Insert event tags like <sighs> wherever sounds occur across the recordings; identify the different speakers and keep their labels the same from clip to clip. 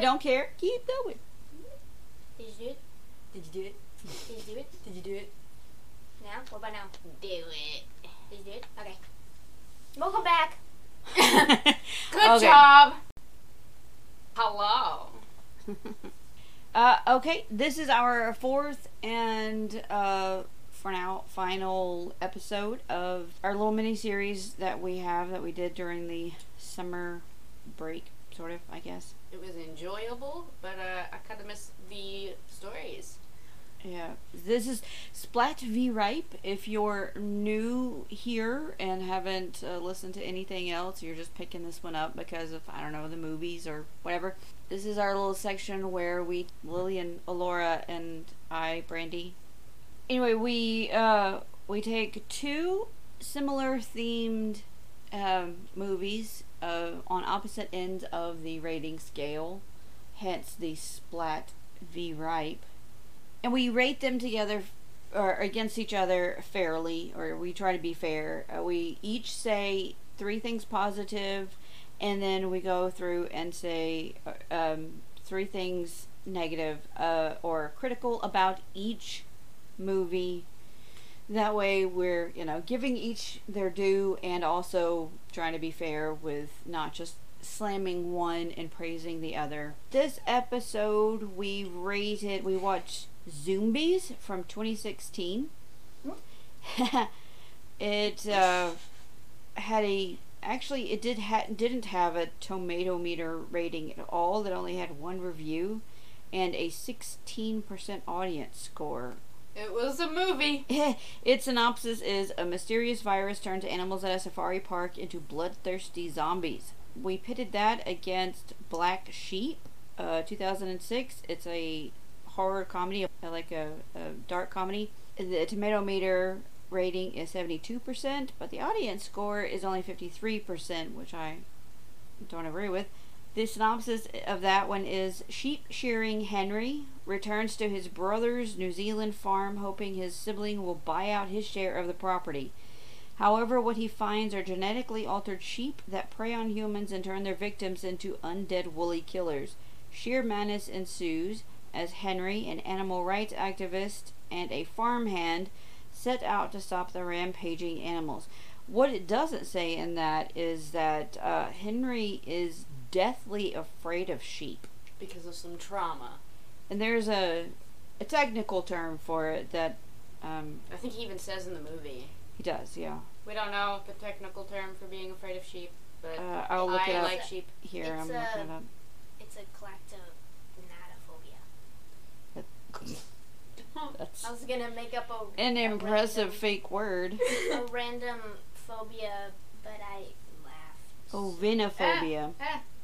Speaker 1: don't care. Keep going.
Speaker 2: Did you do it?
Speaker 3: Did you do it?
Speaker 2: Did you do it?
Speaker 3: Did you do
Speaker 1: <laughs>
Speaker 3: it?
Speaker 2: Now? What about now?
Speaker 1: Do it.
Speaker 2: Did you do it? Okay. Welcome back.
Speaker 1: <laughs> Good
Speaker 3: Okay.
Speaker 1: job. Hello. uh, okay, this is our fourth and uh, for now final episode of our little mini series that we have that we did during the summer break, sort of, I guess.
Speaker 4: It was enjoyable, but uh, I kind of missed the stories.
Speaker 1: Yeah, this is Splat V Ripe. If you're new here and haven't uh, listened to anything else, you're just picking this one up because of, I don't know, the movies or whatever. This is our little section where we, Lillian, Alora, and I, Brandy. Anyway, we, uh, we take two similar themed um, movies uh, on opposite ends of the rating scale, hence the Splat V Ripe and we rate them together or against each other fairly or we try to be fair uh, we each say three things positive and then we go through and say uh, um, three things negative uh, or critical about each movie that way we're you know giving each their due and also trying to be fair with not just slamming one and praising the other this episode we rated we watched zombies from 2016 <laughs> it uh, had a actually it did ha- didn't have a tomato meter rating at all it only had one review and a 16% audience score
Speaker 4: It was a movie.
Speaker 1: Eh, its synopsis is a mysterious virus turns animals at a safari park into bloodthirsty zombies. We pitted that against Black Sheep, uh, 2006. It's a horror comedy, uh, like a, a dark comedy. The tomato meter rating is 72%, but the audience score is only 53%, which I don't agree with. The synopsis of that one is Sheep shearing Henry returns to his brother's New Zealand farm, hoping his sibling will buy out his share of the property. However, what he finds are genetically altered sheep that prey on humans and turn their victims into undead woolly killers. Sheer madness ensues as Henry, an animal rights activist and a farmhand, set out to stop the rampaging animals. What it doesn't say in that is that uh, Henry is deathly afraid of sheep.
Speaker 4: Because of some trauma.
Speaker 1: And there's a, a technical term for it that um,
Speaker 4: I think he even says in the movie.
Speaker 1: he does, yeah.
Speaker 4: We don't know the technical term for being afraid of sheep, but
Speaker 1: Uh, I'll look
Speaker 4: I
Speaker 1: it up
Speaker 4: like sheep.
Speaker 1: here. I'm
Speaker 2: It's, uh,
Speaker 1: looking it up.
Speaker 4: <laughs>
Speaker 2: It's a collectonatophobia.
Speaker 1: That's
Speaker 2: I was gonna make up a
Speaker 1: an
Speaker 2: a
Speaker 1: impressive fake
Speaker 4: <laughs>
Speaker 1: word.
Speaker 2: random, a random phobia, but I laughed.
Speaker 1: Ovinophobia.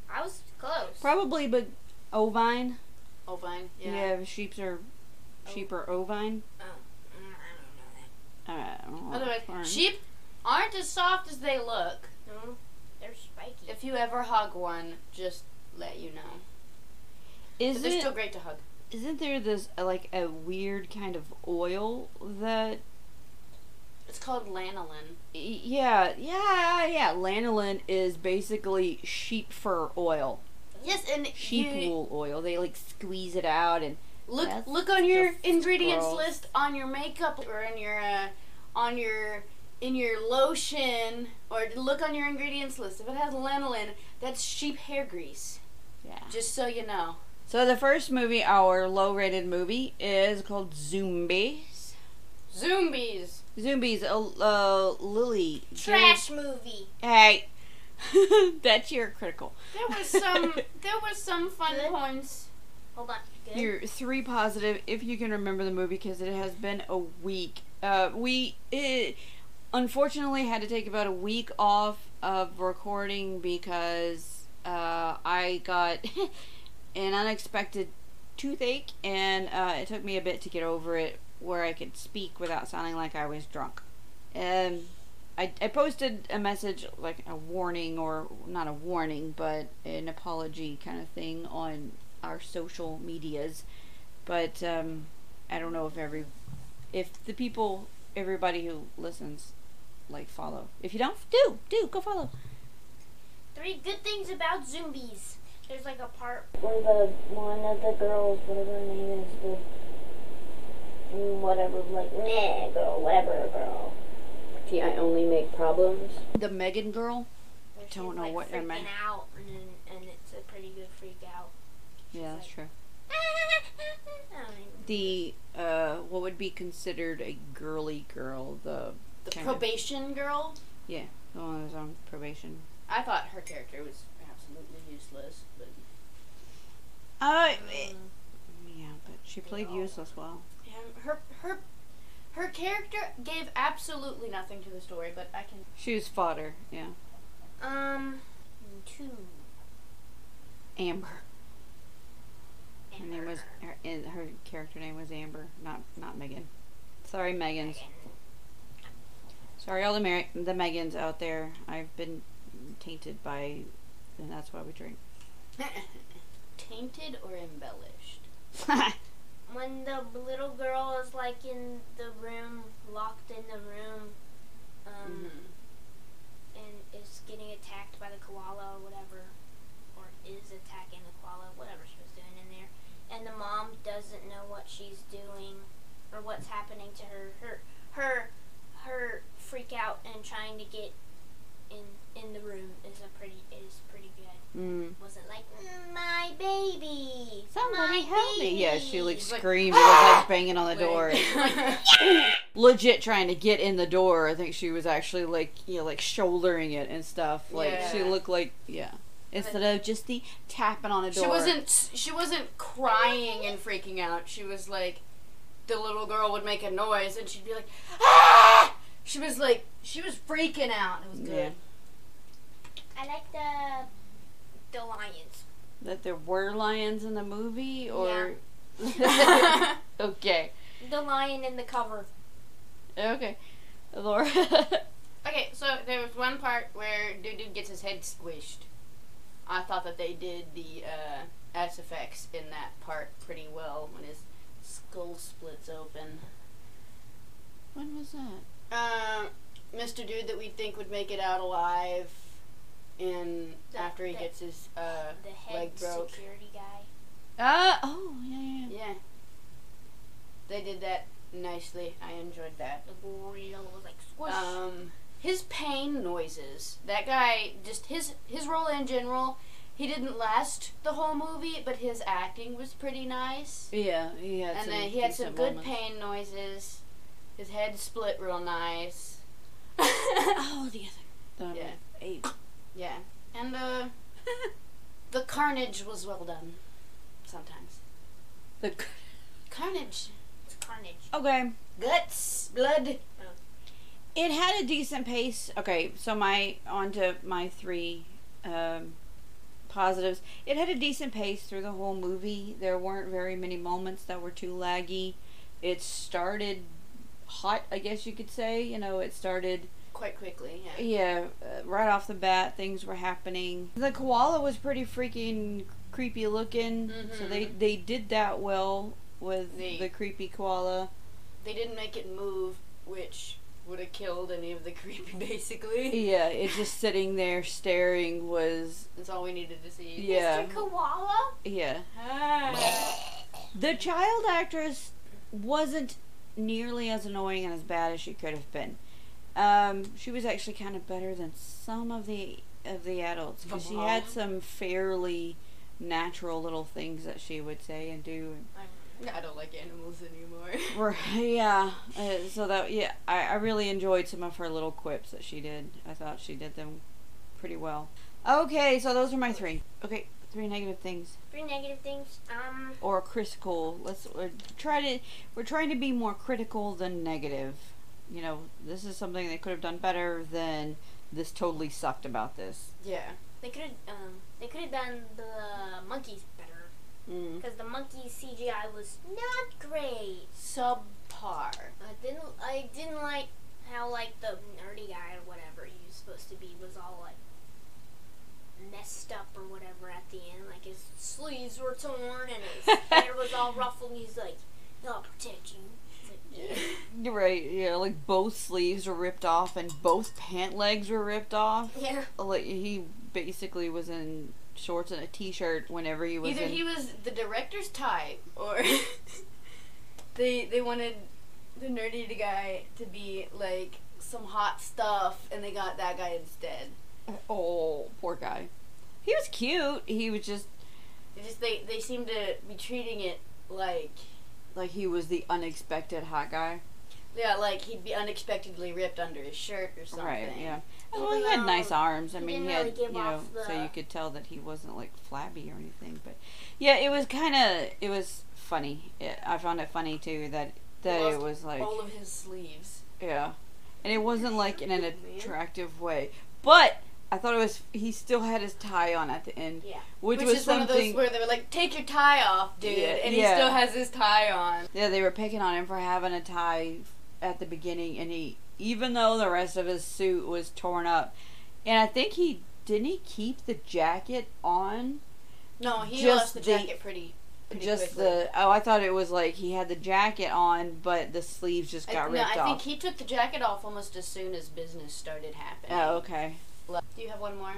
Speaker 2: I was close.
Speaker 1: Probably, but ovine.
Speaker 4: Ovine.
Speaker 1: Yeah,
Speaker 4: Oh, Yeah.
Speaker 1: sheep's are sheep are ovine.
Speaker 2: Mm, I
Speaker 1: Uh,
Speaker 4: Otherwise,
Speaker 1: fine.
Speaker 4: sheep aren't as soft as they look.
Speaker 2: don't know that. No, they're spiky.
Speaker 4: If you ever hug one, just let you know. But
Speaker 1: Is
Speaker 4: they're
Speaker 1: it,
Speaker 4: still great to hug.
Speaker 1: isn't there this uh, like a weird kind of oil that
Speaker 4: It's called lanolin.
Speaker 1: Yeah, yeah, yeah. Lanolin is basically sheep fur oil,
Speaker 4: Yes, and
Speaker 1: sheep
Speaker 4: you,
Speaker 1: wool oil. They like squeeze it out, and
Speaker 4: Look
Speaker 1: That's
Speaker 4: look on your
Speaker 1: just
Speaker 4: ingredients
Speaker 1: gross.
Speaker 4: list on your makeup or in your uh, on your in your lotion or look on your ingredients list. If it has lanolin, that's sheep hair grease.
Speaker 1: yeah.
Speaker 4: Just so you know.
Speaker 1: So the first movie, our low-rated movie, is called Zombies.
Speaker 4: Zombies.
Speaker 1: Zombies. Uh, uh, Lily. give-
Speaker 2: Trash <laughs> movie.
Speaker 1: Hey, <laughs> that's your critical.
Speaker 4: There was some there was some fun
Speaker 2: Good.
Speaker 4: points.
Speaker 2: Hold on. Good.
Speaker 1: Your three positive, if you can remember the movie, because it has been a week. Uh, we it, unfortunately had to take about a week off of recording because uh, I got <laughs> an unexpected toothache, and uh, it took me a bit to get over it, where I could speak without sounding like I was drunk. Um, I, I posted a message like a warning or not a warning but an apology kind of thing on our social medias but um, i don't know if every if the people everybody who listens like follow if you don't do do go follow
Speaker 2: Three good things about zombies. There's like a part.
Speaker 3: where the one of the girls, whatever her name is, the mm, whatever, like meh girl, whatever girl. See, I only make problems.
Speaker 1: The Megan girl.
Speaker 2: where
Speaker 1: Don't
Speaker 2: she's,
Speaker 1: know
Speaker 2: like,
Speaker 1: what they're
Speaker 2: freaking
Speaker 1: ma-
Speaker 2: out, and, and it's a pretty good freak out. <laughs>
Speaker 1: Yeah, that's
Speaker 2: Like-
Speaker 1: true.
Speaker 2: I don't even-
Speaker 1: The uh, what would be considered a girly girl? The
Speaker 4: The
Speaker 1: Kinda.
Speaker 4: probation girl.
Speaker 1: the one that's on probation.
Speaker 4: I thought her character was absolutely useless, but
Speaker 1: Uh,
Speaker 4: um,
Speaker 1: yeah, but she played
Speaker 4: Yeah.
Speaker 1: useless well.
Speaker 4: yeah, her her her character gave absolutely nothing to the story. But I can
Speaker 1: She was fodder. Yeah,
Speaker 4: um
Speaker 2: two.
Speaker 1: Amber. Her name was
Speaker 2: Amber.
Speaker 1: her, in- her character name was Amber, not not Megan. Sorry, Megans. Sorry, all the Mer- the Megans out there. I've been tainted by, and that's why we drink. <laughs>
Speaker 4: <laughs> tainted or embellished.
Speaker 2: when the little girl is like in the room, locked in the room, um, and is getting attacked by the koala or whatever, or is attacking the koala, whatever she was doing in there, and the mom doesn't know what she's doing or what's happening to her, her, her, her freak out and trying to get in in the room is a pretty is pretty good.
Speaker 1: mm.
Speaker 2: Wasn't like my baby,
Speaker 1: Somebody
Speaker 2: my
Speaker 1: help me! Yeah, she like
Speaker 4: She's like,
Speaker 2: <gasps>
Speaker 1: screamed. and was
Speaker 4: <gasps>
Speaker 1: like banging on the
Speaker 4: Like-
Speaker 2: <laughs>
Speaker 1: door,
Speaker 4: <laughs>
Speaker 1: legit trying to get in the door. I think she was actually like you know like shouldering it and stuff. Like she
Speaker 4: Yeah.
Speaker 1: looked like yeah. Instead of just the tapping on the door.
Speaker 4: She wasn't. She wasn't crying and freaking out. She was like, the little girl would make a noise and she'd be like, ah! She was like, she was freaking out. It was
Speaker 1: Yeah.
Speaker 4: good.
Speaker 2: I like the the lions.
Speaker 1: that there were lions in the movie or <laughs> okay
Speaker 2: The lion in the cover.
Speaker 1: okay laura <laughs>
Speaker 4: okay, so there was one part where Dudu gets his head squished. I thought that they did the uh, SFX in that part pretty well when his skull splits open.
Speaker 1: when was that
Speaker 4: Um, Mr. Dude that we think would make it out alive, and
Speaker 2: The-
Speaker 4: after he
Speaker 2: the-
Speaker 4: gets his uh,
Speaker 2: The head
Speaker 4: leg broke.
Speaker 2: security guy.
Speaker 1: uh oh yeah, yeah, yeah.
Speaker 4: Yeah. They did that nicely. I enjoyed that.
Speaker 2: The gorilla was like squish.
Speaker 4: Um, his pain noises. That guy, just his his role in general, he didn't last the whole movie, but his acting was pretty nice.
Speaker 1: Yeah, he had
Speaker 4: and
Speaker 1: some
Speaker 4: then he had some
Speaker 1: decent
Speaker 4: good
Speaker 1: moments.
Speaker 4: pain noises. His head split real nice.
Speaker 1: <laughs> oh the other um,
Speaker 4: Yeah.
Speaker 1: <laughs> ape.
Speaker 4: yeah. And uh, the carnage was well done. Sometimes
Speaker 1: the
Speaker 4: carnage,
Speaker 2: it's carnage.
Speaker 1: okay
Speaker 4: guts, blood.
Speaker 1: it had a decent pace. Okay, so my on to my three um, positives. It had a decent pace through the whole movie. There weren't very many moments that were too laggy. It started hot, I guess you could say. You know, it started
Speaker 4: Quite quickly. Yeah.
Speaker 1: yeah, uh, right off the bat, things were happening. The koala was pretty freaking creepy looking, so they
Speaker 4: Mhm.
Speaker 1: they did that well with
Speaker 4: They-
Speaker 1: the creepy koala.
Speaker 4: They didn't make it move, which would have killed any of the creepy, <laughs> basically.
Speaker 1: Yeah, it just sitting there staring was
Speaker 4: That's all we needed to see.
Speaker 1: yeah
Speaker 2: Mr. Koala.
Speaker 1: yeah.
Speaker 4: Ah.
Speaker 1: The child actress wasn't nearly as annoying and as bad as she could have been. Um, she was actually kind of better than some of the of the adults because she had
Speaker 4: Mom?
Speaker 1: some fairly natural little things that she would say and do.
Speaker 4: I don't like animals anymore.
Speaker 1: <laughs> Were- yeah, uh, so that yeah, I, I really enjoyed some of her little quips that she did. I thought she did them pretty well. Okay, so those are my three. Okay, three negative things.
Speaker 2: Three negative things. Um,
Speaker 1: or critical. Let's uh, try to. We're trying to be more critical than negative. You know, this is something they could have done better than this. Totally sucked about this.
Speaker 4: Yeah.
Speaker 2: they could have um they could have done the monkeys better
Speaker 4: Hmm.
Speaker 1: Mm.
Speaker 2: because the monkeys CGI was not great.
Speaker 4: Subpar.
Speaker 2: I didn't I didn't like how like the nerdy guy or whatever he was supposed to be was all like messed up or whatever at the end. Like his sleeves were torn and
Speaker 4: <laughs>
Speaker 2: his hair was all ruffled. and He's like, "I'll protect you." It's like,
Speaker 1: You're right. Yeah, like both sleeves were ripped off and both pant legs were ripped off.
Speaker 2: yeah.
Speaker 1: Like he basically was in shorts and a t-shirt whenever he was
Speaker 4: Either
Speaker 1: in
Speaker 4: he was the director's type, or <laughs> they they wanted the nerdy guy to be like some hot stuff, and they got that guy instead.
Speaker 1: Oh, poor guy. He was cute. He was just
Speaker 4: They just they they seem to be treating it like
Speaker 1: like he was the unexpected hot guy.
Speaker 4: yeah, like he'd be unexpectedly ripped under his shirt or something.
Speaker 1: Right, yeah. Well,
Speaker 2: Even
Speaker 1: he had
Speaker 2: though
Speaker 1: nice arms. I
Speaker 2: he
Speaker 1: mean,
Speaker 2: didn't
Speaker 1: he had,
Speaker 2: really give
Speaker 1: you know,
Speaker 2: off
Speaker 1: so
Speaker 2: the-
Speaker 1: you could tell that he wasn't like flabby or anything. But yeah, it was kind of it was funny. It, I found it funny too that that it
Speaker 4: lost
Speaker 1: was like
Speaker 4: all of his sleeves.
Speaker 1: yeah, and it wasn't like in an
Speaker 4: Man.
Speaker 1: attractive way. But I thought it was he still had his tie on at the end,
Speaker 3: Yeah.
Speaker 1: which,
Speaker 4: Which,
Speaker 1: was
Speaker 4: is one of
Speaker 1: something.
Speaker 4: those where they were like, "Take your tie off, dude,"
Speaker 1: Yeah,
Speaker 4: and
Speaker 1: yeah.
Speaker 4: he still has his tie on.
Speaker 1: Yeah, they were picking on him for having a tie at the beginning, and he, even though the rest of his suit was torn up, and I think he didn't he keep the jacket on.
Speaker 4: No, he
Speaker 1: Just
Speaker 4: lost the
Speaker 1: the-
Speaker 4: jacket pretty. pretty
Speaker 1: just
Speaker 4: quickly.
Speaker 1: the oh, I thought it was like he had the jacket on, but the sleeves just
Speaker 4: I,
Speaker 1: got
Speaker 4: no,
Speaker 1: ripped
Speaker 4: I
Speaker 1: off.
Speaker 4: think he took the jacket off almost as soon as business started happening.
Speaker 1: oh, okay.
Speaker 4: Do you have one more?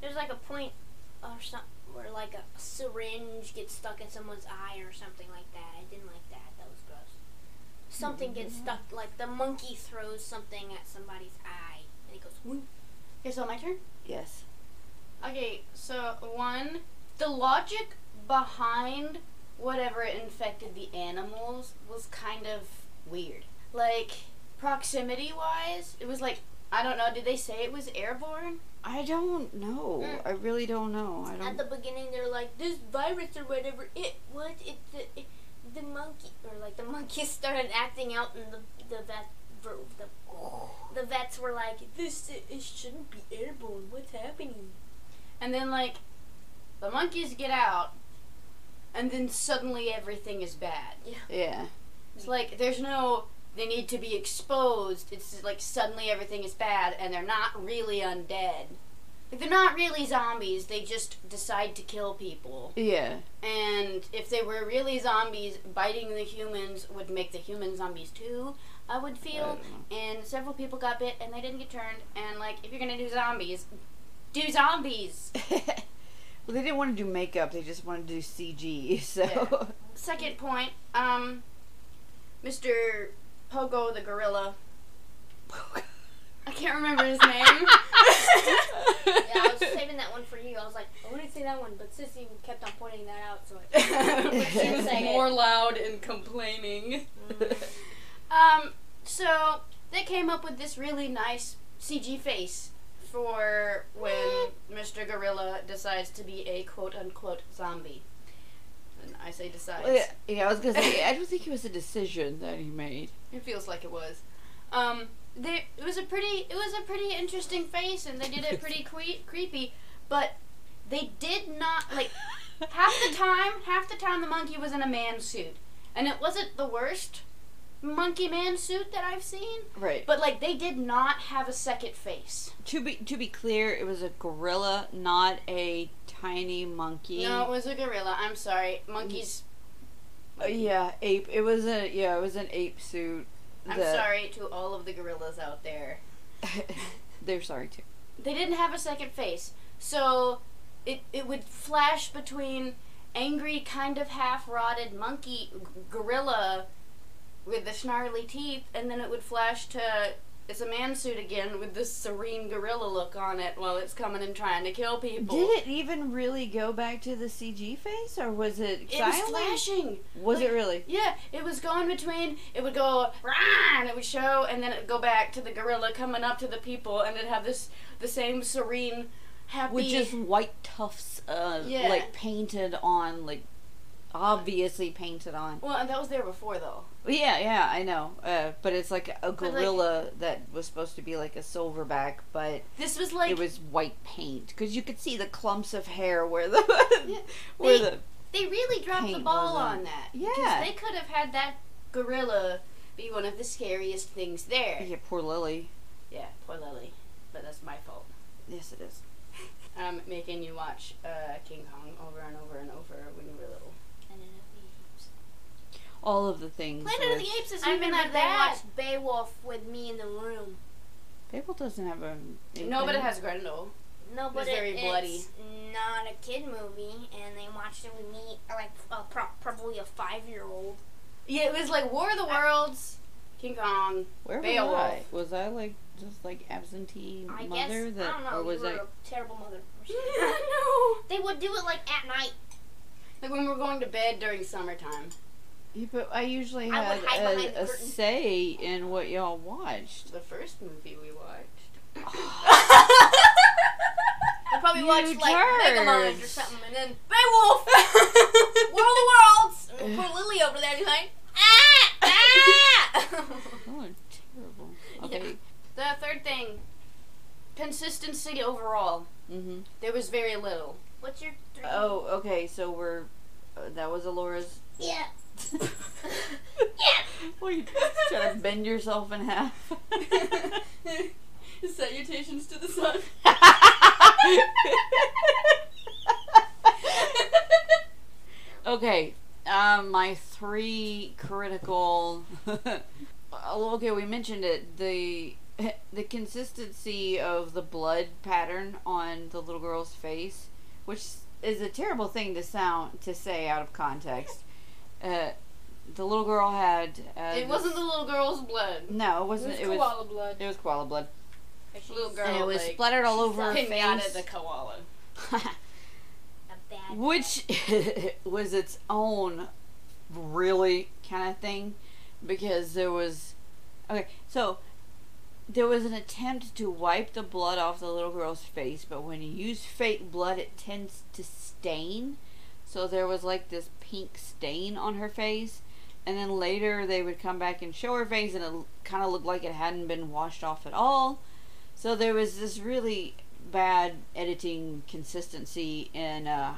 Speaker 2: There's like a point or something where like a syringe gets stuck in someone's eye or something like that. I didn't like that. That was gross. Something gets stuck, like the monkey throws something at somebody's eye, and it goes. "Whoop."
Speaker 4: Okay, so my turn.
Speaker 1: Yes.
Speaker 4: Okay, so one, the logic behind whatever infected the animals was kind of weird. Like proximity wise, it was like I don't know. Did they say it was airborne?
Speaker 1: I don't know.
Speaker 2: Mm.
Speaker 1: I really don't know. I
Speaker 2: At
Speaker 1: don't.
Speaker 2: the beginning, they're like this virus or whatever. It what it the it, the monkey <laughs> or like the monkeys started acting out, and the the vet ver- the, the vets were like this it, it shouldn't be airborne. What's happening?
Speaker 4: And then like the monkeys get out, and then suddenly everything is bad.
Speaker 1: yeah.
Speaker 4: It's like there's no they need to be exposed. It's just like suddenly everything is bad and they're not really undead. Like they're not really zombies. They just decide to kill people.
Speaker 1: Yeah. <laughs>
Speaker 4: And if they were really zombies, biting the humans would make the human zombies too. I would feel. And several people got bit and they didn't get turned. And like if you're gonna do zombies, do zombies.
Speaker 1: well, they didn't want to do makeup. They just wanted to do CG. <laughs> So.
Speaker 4: Yeah. <laughs> Second point, um, Mr. Pogo the gorilla. I can't remember his
Speaker 1: <laughs>
Speaker 4: name. <laughs>
Speaker 2: Yeah, I was saving that one for you. I was like, I wouldn't say that one, but Sissy kept on pointing that out, so I.
Speaker 4: she was
Speaker 1: Say
Speaker 2: it.
Speaker 4: more loud and complaining. Um, so they came up with this really nice CG face for
Speaker 1: <laughs>
Speaker 4: when Mr. Gorilla decides to be a quote unquote zombie. And I say decides.
Speaker 1: Well, yeah, yeah, I was gonna say I <laughs> don't think it was a decision that he made.
Speaker 4: It feels like it was. Um, they it was a pretty it was a pretty interesting face, and they did it pretty cre- creepy. But they did not
Speaker 1: <laughs>
Speaker 4: like half the time. Half the time, the monkey was in a man suit, and it wasn't the worst monkey man suit that I've seen.
Speaker 1: Right.
Speaker 4: But like they did not have a second face.
Speaker 1: To be to be clear, it was a gorilla, not a tiny monkey.
Speaker 4: No, it was a gorilla. I'm sorry, monkeys.
Speaker 1: Uh, yeah, ape. It was a yeah, it was an ape suit.
Speaker 4: I'm
Speaker 1: that-
Speaker 4: sorry to all of the gorillas out there.
Speaker 1: <laughs> They're sorry too.
Speaker 4: they didn't have a second face. So it it would flash between angry, kind of half rotted monkey g- gorilla with the snarly teeth, and then it would flash to it's a man suit again with this serene gorilla look on it while it's coming and trying to kill people.
Speaker 1: Did it even really go back to the CG face, or was it?
Speaker 4: It was
Speaker 1: silent?
Speaker 4: flashing.
Speaker 1: Was
Speaker 4: like-
Speaker 1: it really?
Speaker 4: Yeah, it was going between. It would go rah, and it would show, and then it would go back to the gorilla coming up to the people, and it'd have this the same serene, happy.
Speaker 1: With just white tufts, uh,
Speaker 4: Yeah.
Speaker 1: like painted on, like obviously painted on.
Speaker 4: Well, and that was there before though.
Speaker 1: Yeah, yeah, I know. Uh, but it's like a
Speaker 4: like-
Speaker 1: gorilla that was supposed to be like a silverback, but
Speaker 4: This was like
Speaker 1: it was white paint because you could see the clumps of hair where the
Speaker 4: Yeah,
Speaker 1: <laughs> where
Speaker 4: they-
Speaker 1: the
Speaker 4: they really dropped the
Speaker 1: paint
Speaker 4: ball
Speaker 1: was
Speaker 4: on
Speaker 1: on.
Speaker 4: that.
Speaker 1: Yeah.
Speaker 4: because they could have had that gorilla be one of the scariest things there.
Speaker 1: yeah poor Lily.
Speaker 4: Yeah, poor Lily, but that's my fault.
Speaker 1: Yes, it is.
Speaker 4: Um, making you watch uh, King Kong over and over and over when you were little.
Speaker 1: All of the things.
Speaker 4: Planet of
Speaker 1: with-
Speaker 4: the Apes isn't
Speaker 2: I
Speaker 4: even
Speaker 2: remember
Speaker 4: that
Speaker 2: they
Speaker 4: bad.
Speaker 2: watched Beowulf with me in the room.
Speaker 1: Babel doesn't have a.
Speaker 4: No, but it
Speaker 1: anything.
Speaker 4: has Grendel.
Speaker 2: No, but
Speaker 4: was very
Speaker 2: it,
Speaker 4: bloody.
Speaker 2: it's not a kid movie, and they watched it with me, like uh, pro- probably a five-year-old.
Speaker 4: Yeah, it was like War of the Worlds, King Kong.
Speaker 1: <laughs> Where was
Speaker 4: Beowulf.
Speaker 1: I? Was I like just like absentee
Speaker 2: I
Speaker 1: mother
Speaker 2: guess
Speaker 1: that,
Speaker 2: I don't know.
Speaker 1: or
Speaker 2: you
Speaker 1: was
Speaker 2: were
Speaker 1: I?
Speaker 2: a terrible mother. <laughs>
Speaker 4: no.
Speaker 2: They would do it like at night.
Speaker 4: Like when we're going to bed during summertime.
Speaker 1: Yeah, but I usually
Speaker 2: I
Speaker 1: had
Speaker 2: would hide behind
Speaker 1: a,
Speaker 2: the
Speaker 1: a
Speaker 2: curtain.
Speaker 1: say in what y'all
Speaker 2: <laughs>
Speaker 1: watched.
Speaker 4: The first movie we watched.
Speaker 1: Oh,
Speaker 2: <laughs>
Speaker 1: <gasps>
Speaker 2: I probably
Speaker 1: You
Speaker 2: watched like Megamond or
Speaker 1: turds.
Speaker 2: something, and then
Speaker 4: <laughs>
Speaker 2: Beowulf, World of
Speaker 1: <laughs>
Speaker 2: Worlds. And poor Lily over there, she's like, ah, ah. <laughs>
Speaker 1: Oh, terrible.
Speaker 4: Yeah.
Speaker 1: Okay.
Speaker 4: the third thing, consistency overall.
Speaker 1: Mm-hmm.
Speaker 4: There was very <laughs> little.
Speaker 2: What's your three?
Speaker 1: Oh, okay. So we're uh, that was Alora's. <laughs>
Speaker 2: Yeah.
Speaker 1: yeah. Well, you try to bend yourself in half. <laughs>
Speaker 4: Salutations to the sun.
Speaker 1: <laughs> okay, um, my three critical. <laughs> Oh, okay, we mentioned it. The <laughs> the consistency of the blood pattern on the little girl's face, which is a terrible thing to sound to say out of context. Uh, the little girl had. Uh,
Speaker 4: It wasn't the little girl's blood.
Speaker 1: No, it wasn't. It was. It was,
Speaker 4: blood.
Speaker 1: koala blood, <laughs>
Speaker 4: Little girl.
Speaker 1: and it was
Speaker 4: like,
Speaker 1: splattered all over her
Speaker 4: pinning
Speaker 1: face.
Speaker 4: out at the koala.
Speaker 2: A bad
Speaker 1: which <laughs> was its own really kind of thing because there was okay so there was an attempt to wipe the blood off the little girl's face but when you use fake blood it tends to stain so there was like this pink stain on her face and then later they would come back and show her face and it kind of looked like it hadn't been washed off at all so there was this really bad editing consistency in uh,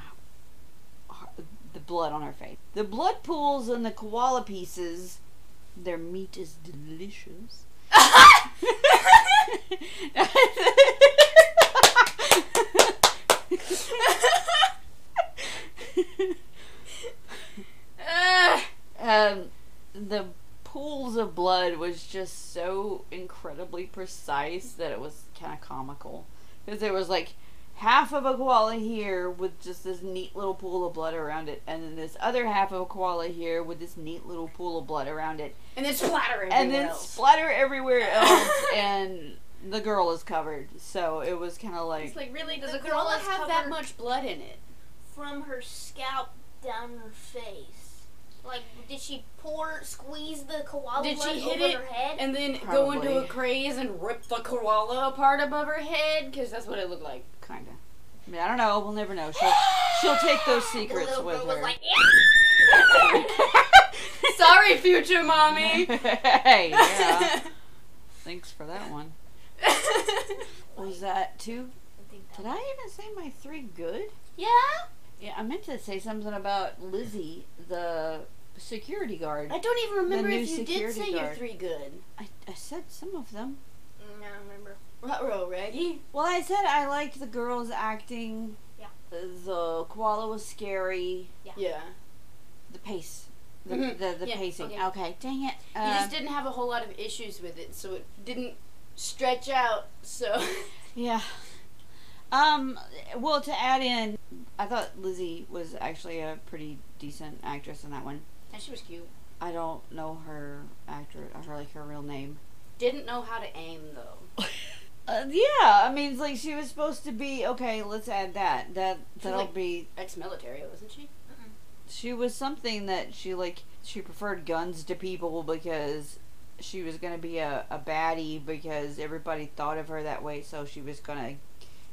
Speaker 1: her- the blood on her face. The blood pools and the koala pieces, their meat is delicious.
Speaker 4: Ugh.
Speaker 1: um, the pools of blood was just so incredibly precise that it was kind of comical because there was like half of a koala here with just this neat little pool of blood around it and then this other half of a koala here with this neat little pool of blood around it
Speaker 4: and then splatter everywhere
Speaker 1: and then
Speaker 4: else.
Speaker 1: splatter everywhere else and the girl is covered so it was kind of like
Speaker 4: It's like really, does
Speaker 2: The
Speaker 4: a koala
Speaker 2: koala's
Speaker 4: have that
Speaker 2: covered-
Speaker 4: much blood in it?
Speaker 2: from her scalp down her face. Like, did she pour, squeeze the koala
Speaker 4: Did
Speaker 2: blood
Speaker 4: she hit
Speaker 2: over
Speaker 4: it
Speaker 2: her head?
Speaker 4: and then go
Speaker 1: Probably.
Speaker 4: into a craze and rip the koala apart above her head? Because that's what it looked <laughs> like.
Speaker 1: kind of I, mean, I don't know we'll never know she'll, she'll
Speaker 2: <gasps>
Speaker 1: take those
Speaker 2: the
Speaker 1: secrets
Speaker 2: little
Speaker 1: with
Speaker 2: girl was
Speaker 1: her <laughs>
Speaker 2: like,
Speaker 4: Sorry, future mommy. <laughs>
Speaker 1: hey yeah thanks for that one was that two Did I even say my three good?
Speaker 4: <laughs>
Speaker 2: yeah.
Speaker 1: Yeah, I meant to say something about Lizzie, the security guard.
Speaker 4: I don't even remember
Speaker 1: The new
Speaker 4: if you did
Speaker 1: security
Speaker 4: say your
Speaker 1: guard.
Speaker 4: three good.
Speaker 1: I, I said some of them.
Speaker 2: Mm, I don't remember.
Speaker 4: Ruh-roh, Reggie.
Speaker 1: Well, I said I liked the girls acting.
Speaker 2: Yeah.
Speaker 1: The koala was scary.
Speaker 4: Yeah.
Speaker 1: The pace. The,
Speaker 4: Mhm.
Speaker 1: the, the
Speaker 4: Yeah,
Speaker 1: pacing. Okay.
Speaker 4: okay.
Speaker 1: dang it.
Speaker 4: you
Speaker 1: Uh,
Speaker 4: just didn't have a whole lot of issues with it, so it didn't stretch out. So
Speaker 1: <laughs> yeah. Um, well, to add in, I thought Lizzie was actually a pretty decent actress in that one.
Speaker 4: and she was cute.
Speaker 1: I don't know her actor, her like her real name.
Speaker 4: Didn't know how to aim though.
Speaker 1: <laughs> Uh, yeah, I mean, it's like she was supposed to be okay. Let's add that. That that'll
Speaker 4: like-
Speaker 1: be.
Speaker 4: Ex-military, wasn't she?
Speaker 1: She was something that she like. She preferred guns to people because she was gonna be a a baddie because everybody thought of her that way. So she was gonna,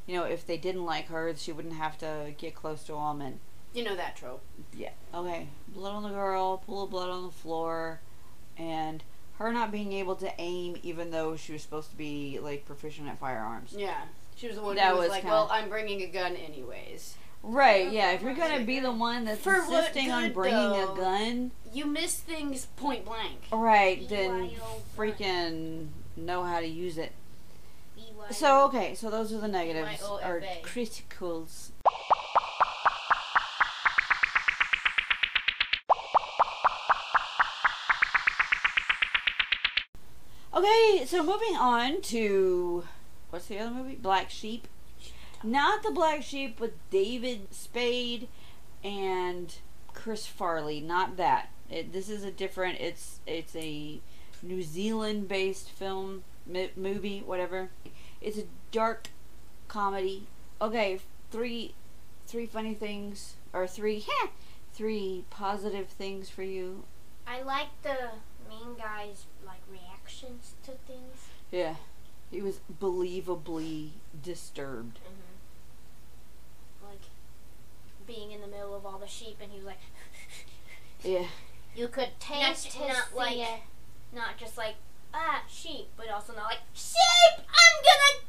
Speaker 1: you know, if they didn't like her, she wouldn't have to get close to them. And
Speaker 4: You know that trope.
Speaker 1: okay, blood on the girl, pool of blood on the floor, and her not being able to aim even though she was supposed to be like proficient at firearms.
Speaker 4: Yeah. She was the one
Speaker 1: That
Speaker 4: who was,
Speaker 1: was
Speaker 4: like,
Speaker 1: kinda-
Speaker 4: "Well, I'm bringing a gun anyways."
Speaker 1: Right, yeah. If you're gonna be the one that's
Speaker 4: For what
Speaker 1: insisting on
Speaker 4: good,
Speaker 1: bringing
Speaker 4: though?
Speaker 1: a gun,
Speaker 4: You miss things point blank.
Speaker 1: right, then
Speaker 2: BYO
Speaker 1: freaking know how to use it.
Speaker 2: BYO.
Speaker 1: So okay, so those are the negatives or
Speaker 4: BYOFA.
Speaker 1: criticals. Okay, so moving on to what's the other movie? Black Sheep. Not the black sheep with David Spade and Chris Farley. Not that. It, this is a different. It's it's a New Zealand based film mi- movie, whatever. It's a dark comedy. Okay, three three funny things or three <laughs> three positive things for you.
Speaker 2: I like the main guy's like reactions to things.
Speaker 1: Yeah. He was believably disturbed.
Speaker 2: Mm-hmm. Like being in the middle of all the sheep, and he was like, <laughs>
Speaker 1: Yeah.
Speaker 4: You could
Speaker 2: taste
Speaker 4: taste
Speaker 2: his
Speaker 4: his
Speaker 2: fear. not just like ah sheep, but also not like sheep. I'm gonna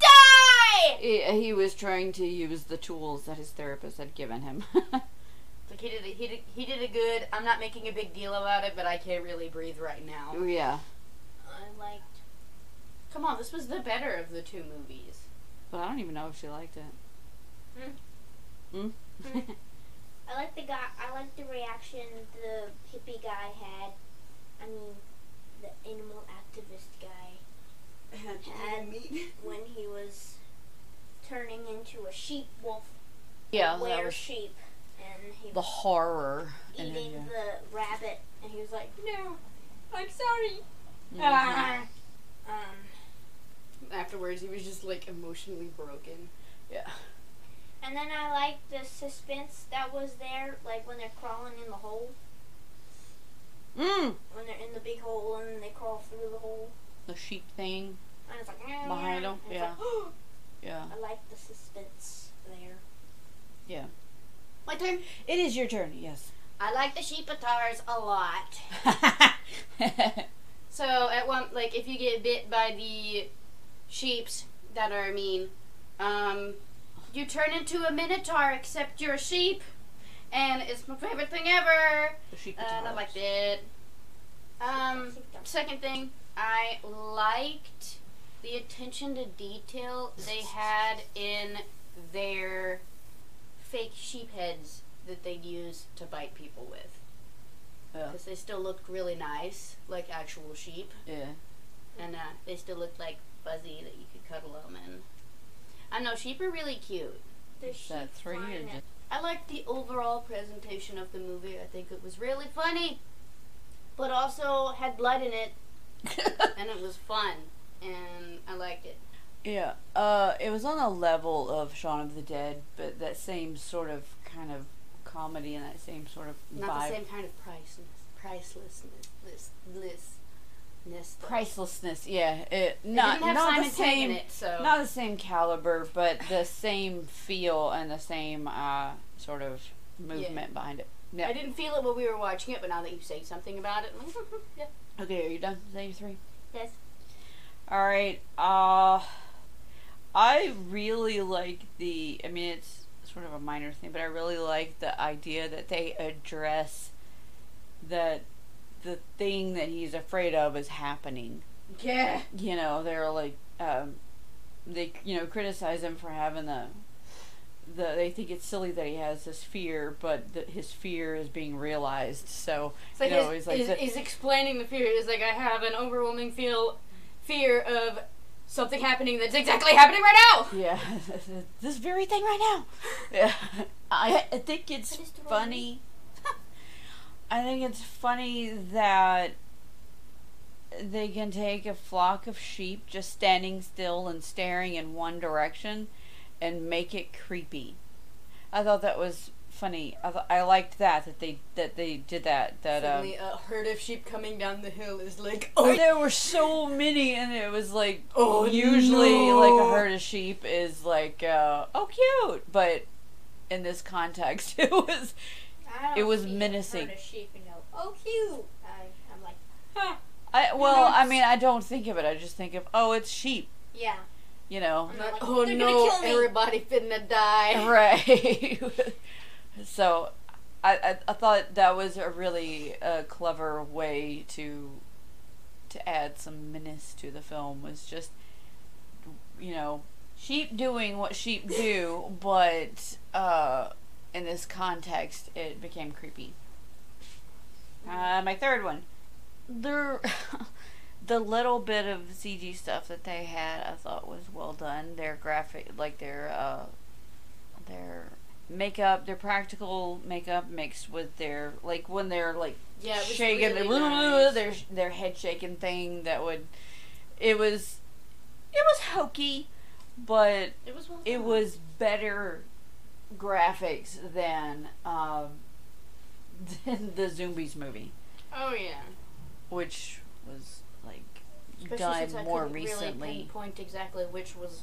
Speaker 2: die.
Speaker 1: Yeah, he was trying to use the tools that his therapist had given him. <laughs>
Speaker 4: Like he did, a, he did, he did a good. I'm not making a big deal about it, but I can't really breathe right now.
Speaker 1: Oh, yeah,
Speaker 2: I liked.
Speaker 4: Come on, this was the better of the two movies.
Speaker 1: but I don't even know if she liked it. Mm.
Speaker 2: I like the guy. I like the reaction the hippie guy had. I mean, the animal activist guy had when he was turning into a sheep wolf.
Speaker 1: <laughs> yeah,
Speaker 2: were
Speaker 1: that was
Speaker 2: sheep, and he
Speaker 1: the
Speaker 2: was
Speaker 1: horror. in it,
Speaker 2: eating
Speaker 1: yeah.
Speaker 2: the rabbit, and he was like, "No, I'm sorry."
Speaker 1: Mhm.
Speaker 2: Ah. Um,
Speaker 4: <laughs> Afterwards, he was just like emotionally broken.
Speaker 1: Yeah.
Speaker 2: and then I like the suspense that was there, like when they're crawling in the hole,
Speaker 1: Mm.
Speaker 2: when they're in the big hole, and then they crawl through the hole,
Speaker 1: The sheep thing.
Speaker 2: and it's like "Meow,
Speaker 1: Behind
Speaker 2: meow,"
Speaker 1: them,
Speaker 2: and it's
Speaker 1: yeah.
Speaker 2: like,
Speaker 1: Yeah.
Speaker 2: I like the suspense there.
Speaker 4: <gasps> My turn.
Speaker 1: It is your turn. <laughs> Yes.
Speaker 4: I like the sheep guitars a lot. So at one, like if you get bit by the sheeps that are mean, um, you turn into a minotaur except you're a sheep, and it's my favorite thing ever.
Speaker 1: the sheep.
Speaker 4: And I
Speaker 1: guitars.
Speaker 4: liked it. Um, second thing, I liked the attention to detail they had in their fake sheep heads that they'd use to bite people with.
Speaker 1: Yeah.
Speaker 4: Because they still looked really nice, like actual sheep.
Speaker 1: Yeah.
Speaker 4: And uh, they still looked like fuzzy that you could cuddle them in. I know, sheep are really cute.
Speaker 2: The sheep
Speaker 1: That three or
Speaker 2: flying
Speaker 1: just
Speaker 4: I liked the overall presentation of the movie. I think it was really funny, but also had blood in it, and it was fun, and I liked it.
Speaker 1: <laughs> Yeah, uh, it was on a level of Shaun of the Dead, but that same sort of kind of comedy and that same sort of
Speaker 4: Not
Speaker 1: vibe.
Speaker 4: the same kind of priceless, pricelessness, list, list, list.
Speaker 1: pricelessness. Yeah, it
Speaker 4: It
Speaker 1: not
Speaker 4: didn't have
Speaker 1: not
Speaker 4: Simon
Speaker 1: the
Speaker 4: Pegg
Speaker 1: same,
Speaker 4: in it, so
Speaker 1: not the same caliber, but the same feel and the same uh, sort of movement behind it.
Speaker 4: I didn't feel it when we were watching it, but now that you say something about it, I'm like, "Mm-hmm, yeah.
Speaker 1: Okay, are you done? Is that your three?
Speaker 2: Yes.
Speaker 1: All right. Uh, I really like the. I mean, it's sort of a minor thing, but I really like the idea that they address that the thing that he's afraid of is happening.
Speaker 4: Yeah.
Speaker 1: You know, they're like, um, they you know criticize him for having the. The, they think it's silly that he has this fear, but the, his fear is being realized. So
Speaker 4: It's like
Speaker 1: You know,
Speaker 4: he's,
Speaker 1: he's like
Speaker 4: he's-
Speaker 1: the-
Speaker 4: he's explaining the fear. He's like, I have an overwhelming feel, fear of something happening that's exactly happening right now.
Speaker 1: Yeah, <laughs> this very thing right now. Yeah, I, I think it's
Speaker 2: What is the wrong
Speaker 1: funny. <laughs> I think it's funny that they can take a flock of sheep just standing still and staring in one direction and make it creepy. I thought that was funny. I, th- I liked that that they that they did that that um,
Speaker 4: Suddenly, a herd of sheep coming down the hill is like,
Speaker 1: Oh,
Speaker 4: oh,
Speaker 1: there were so many, and it was like
Speaker 4: Oh,
Speaker 1: usually like
Speaker 4: no.
Speaker 1: a herd of sheep is like uh, oh cute, but in this context <laughs> it was
Speaker 2: I don't
Speaker 1: It was
Speaker 2: see a herd
Speaker 1: menacing.
Speaker 2: of sheep and go, oh cute. I, I'm like,
Speaker 1: I well I
Speaker 4: knows?
Speaker 1: mean I don't think of it I just think of oh it's sheep
Speaker 2: yeah.
Speaker 1: you know
Speaker 2: I'm
Speaker 4: like,
Speaker 2: like,
Speaker 4: oh
Speaker 2: "They're gonna
Speaker 4: no,
Speaker 2: kill me."
Speaker 4: everybody finna
Speaker 1: <laughs>
Speaker 4: die.
Speaker 1: right so I, I I thought that was a really uh, clever way to to add some menace to the film was just you know sheep doing what sheep do but uh in this context it became creepy uh, my third one there <laughs> the little bit of cg stuff that they had i thought was well done their graphic like their uh their makeup, their practical makeup mixed with their like when they're like
Speaker 4: Yeah, it was
Speaker 1: shaking
Speaker 4: really
Speaker 1: their, <laughs>
Speaker 4: nice.
Speaker 1: their their head shaking thing that would it was it was hokey, but
Speaker 4: It was well
Speaker 1: it
Speaker 4: done.
Speaker 1: was better graphics than um, <laughs> than the Zombies movie,
Speaker 4: Oh yeah.
Speaker 1: which was like
Speaker 4: Especially since I
Speaker 1: done more
Speaker 4: couldn't
Speaker 1: recently.
Speaker 4: Really pinpoint exactly which was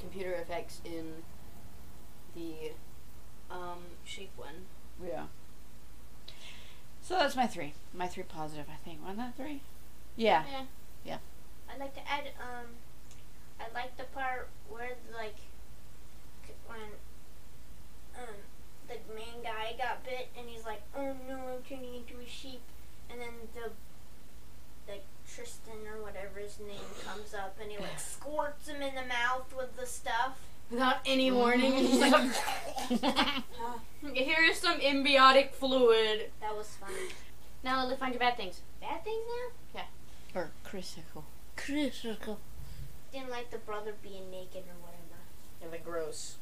Speaker 4: computer effects in the um, sheep one.
Speaker 1: Yeah. So that's my three. My three positive, I think. Wasn't that three? Yeah.
Speaker 4: Yeah.
Speaker 2: I'd like to add, um, I like the part where, like, c- when, um, the main guy got bit and he's like, oh no, I'm turning into a sheep. And then the, like, Tristan or whatever his name comes up and
Speaker 1: <sighs>
Speaker 2: he, like, squirts him in the mouth with the stuff.
Speaker 4: Without any warning, <laughs>
Speaker 1: <laughs>
Speaker 4: it's just like here's some embiotic fluid.
Speaker 2: That was funny.
Speaker 4: Now let's find your bad things.
Speaker 2: Bad things now?
Speaker 1: or critical. Critical.
Speaker 2: Didn't like the brother being naked or whatever.
Speaker 4: Yeah, the gross.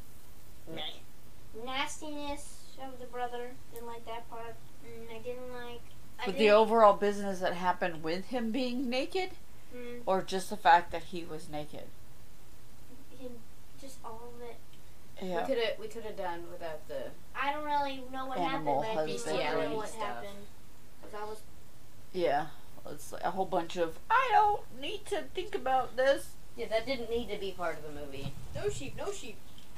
Speaker 2: Nastiness of the brother. Didn't like that part. Mm, I didn't like. I
Speaker 1: But the
Speaker 2: didn't-
Speaker 1: overall business that happened with him being naked,
Speaker 2: Mm,
Speaker 1: or just the fact that he was naked.
Speaker 2: him, just all of it.
Speaker 1: Yeah.
Speaker 4: We could have we could have done without the
Speaker 2: I don't really know what
Speaker 1: Animal
Speaker 2: happened. but I don't
Speaker 4: husbandry
Speaker 2: know what
Speaker 4: stuff.
Speaker 2: happened. 'Cause I was
Speaker 1: Yeah. It's like a whole bunch of I don't need to think about this.
Speaker 4: yeah that didn't need to be part of the movie. No sheep, no sheep.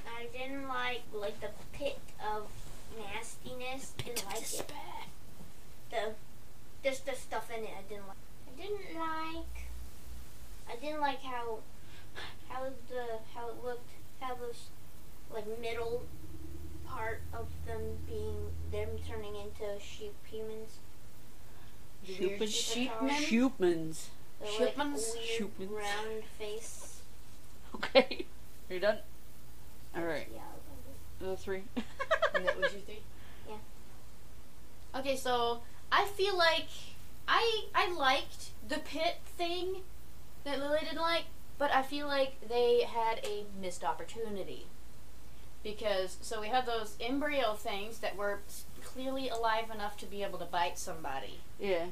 Speaker 2: I didn't like like the pit of nastiness. didn't like it. The just the stuff in it I didn't like. I didn't like I didn't like how how the how it looked how this like middle part of them being them turning into sheep humans.
Speaker 4: The
Speaker 1: Shoop-
Speaker 4: weird
Speaker 2: sheep
Speaker 1: Sheepmans.
Speaker 2: men?
Speaker 1: Sheepmans.
Speaker 2: The
Speaker 4: Sheepmans?
Speaker 2: like weird
Speaker 1: Sheepmans.
Speaker 2: round face.
Speaker 1: <laughs> Okay. You're done? Alright.
Speaker 2: Yeah.
Speaker 1: The three. <laughs>
Speaker 4: And that was your three?
Speaker 2: Yeah.
Speaker 4: Okay, so I feel like I I liked the pit thing that Lily didn't like, but I feel like they had a missed opportunity. Because so we had those embryo things that were s- clearly alive enough to be able to bite somebody.
Speaker 1: yeah.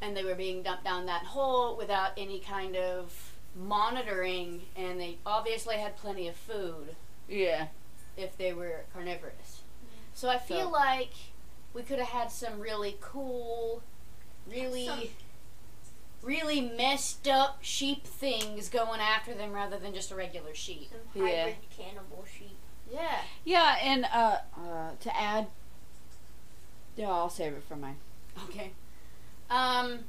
Speaker 4: And they were being dumped down that hole without any kind of monitoring and they obviously had plenty of food
Speaker 1: Yeah.
Speaker 4: if they were carnivorous. So I
Speaker 1: So-
Speaker 4: feel like we could have had some really cool, really,
Speaker 2: Some-
Speaker 4: really messed up sheep things going after them rather than just a regular sheep.
Speaker 2: Some
Speaker 1: Yeah.
Speaker 2: hybrid cannibal sheep.
Speaker 4: Yeah.
Speaker 1: Yeah, and uh, uh, to add, yeah, I'll save it for mine.
Speaker 4: Okay. Um,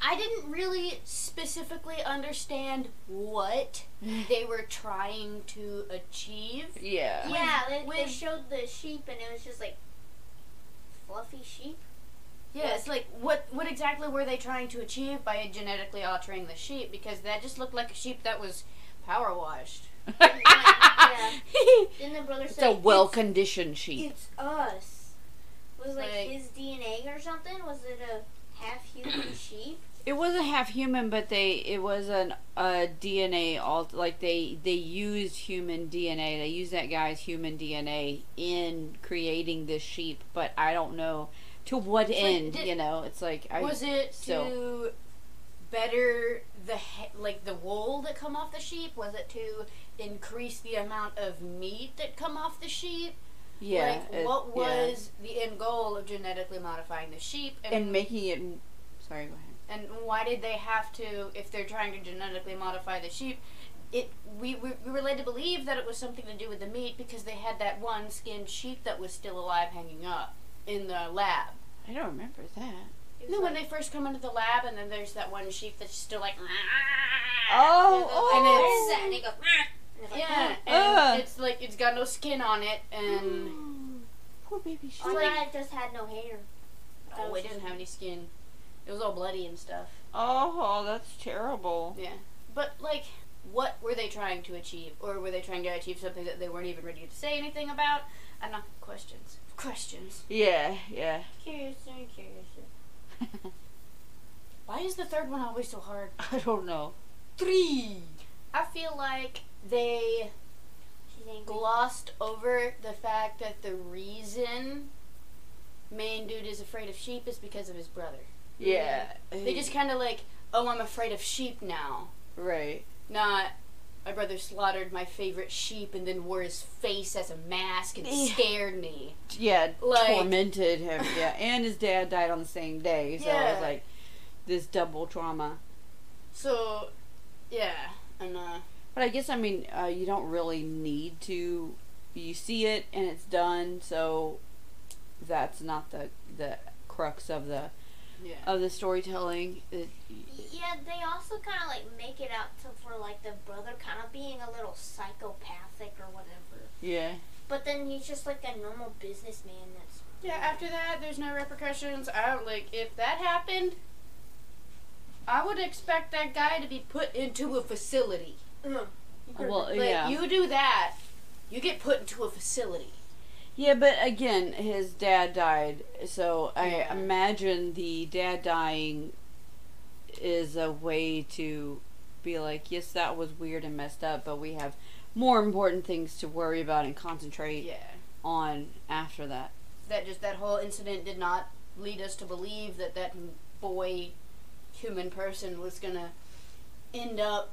Speaker 4: I didn't really specifically understand what they were trying to achieve.
Speaker 1: Yeah.
Speaker 2: Yeah, they, they
Speaker 4: with-
Speaker 2: showed the sheep and it was just like fluffy sheep.
Speaker 4: Yeah, it's like what what exactly were they trying to achieve by genetically altering the sheep? Because that just looked like a sheep that was power washed.
Speaker 2: Yeah. Then the
Speaker 1: <laughs>
Speaker 2: brother
Speaker 1: It's
Speaker 2: said,
Speaker 1: a well conditioned sheep.
Speaker 2: It's us." Was like,
Speaker 4: Like-
Speaker 2: his DNA or something? Was it a half human sheep?
Speaker 1: It wasn't half human, but they it was an uh, DNA alt like they they used human DNA. They used that guy's human DNA in creating this sheep, but I don't know to what
Speaker 4: It's like,
Speaker 1: end.
Speaker 4: did-
Speaker 1: you know, it's like I
Speaker 4: was it
Speaker 1: so-
Speaker 4: to better the he- like the wool that come off the sheep? Was it to increase the amount of meat that come off the sheep?
Speaker 1: yeah.
Speaker 4: Like,
Speaker 1: it-
Speaker 4: what
Speaker 1: yeah.
Speaker 4: was the end goal of genetically modifying the sheep?
Speaker 1: and making it? Sorry, go ahead.
Speaker 4: and why did they have to if they're trying to genetically modify the sheep it we, we, we were led to believe that it was something to do with the meat because they had that one skinned sheep that was still alive hanging up in the lab
Speaker 1: I don't remember that.
Speaker 2: It was
Speaker 4: no when
Speaker 2: like-
Speaker 4: they first come into the lab and then there's that one sheep that's still like
Speaker 1: Oh,
Speaker 4: And
Speaker 1: oh.
Speaker 2: What is that? And they go, "Meh." And they're like, "Oh,
Speaker 4: yeah
Speaker 2: "Meh."
Speaker 4: and
Speaker 1: Ugh.
Speaker 4: it's like it's got no skin on it and
Speaker 1: Poor baby sheep.
Speaker 2: Oh,
Speaker 4: like-
Speaker 2: that just had no hair.
Speaker 4: oh it didn't have any skin it was all bloody and stuff
Speaker 1: Oh, that's terrible.
Speaker 4: Yeah. But like what were they trying to achieve? Or were they trying to achieve something that they weren't even ready to say anything about? I don't know. Questions. Questions.
Speaker 1: Yeah, yeah. <laughs>
Speaker 2: Curious and curious.
Speaker 4: Why is the third one always so hard?
Speaker 1: I don't know.
Speaker 4: Three. I feel like they
Speaker 2: She's He's angry.
Speaker 4: glossed over the fact that the reason main dude is afraid of sheep is because of his brother.
Speaker 1: Yeah.
Speaker 4: They just kind of like, oh, I'm afraid of sheep now.
Speaker 1: right.
Speaker 4: Not, my brother slaughtered my favorite sheep and then wore his face as a mask and
Speaker 1: Yeah.
Speaker 4: scared me.
Speaker 1: Yeah,
Speaker 4: Like-
Speaker 1: tormented
Speaker 4: <laughs>
Speaker 1: him. Yeah, and his dad died on the same day, so it
Speaker 4: Yeah.
Speaker 1: was like this double trauma.
Speaker 4: So, yeah, and uh,
Speaker 1: But I guess I mean uh, you don't really need to. You see it and it's done, so that's not the the crux of the
Speaker 4: yeah.
Speaker 1: of the storytelling. It,
Speaker 2: Yeah, they also kind of like make it out to for like the brother kind of being a little psychopathic or whatever.
Speaker 1: yeah,
Speaker 2: But then he's just like a normal businessman. That's
Speaker 4: Yeah, after that, there's no repercussions. I don't like if that happened. I would expect that guy to be put into a facility.
Speaker 1: well,
Speaker 4: Like
Speaker 1: yeah,
Speaker 4: you do that, you get put into a facility.
Speaker 1: yeah. But again, his dad died, so
Speaker 4: Yeah.
Speaker 1: I imagine the dad dying is a way to be like, yes, that was weird and messed up, but we have more important things to worry about and concentrate
Speaker 4: Yeah.
Speaker 1: on after that.
Speaker 4: That just that whole incident did not lead us to believe that that m- boy, human person was gonna end up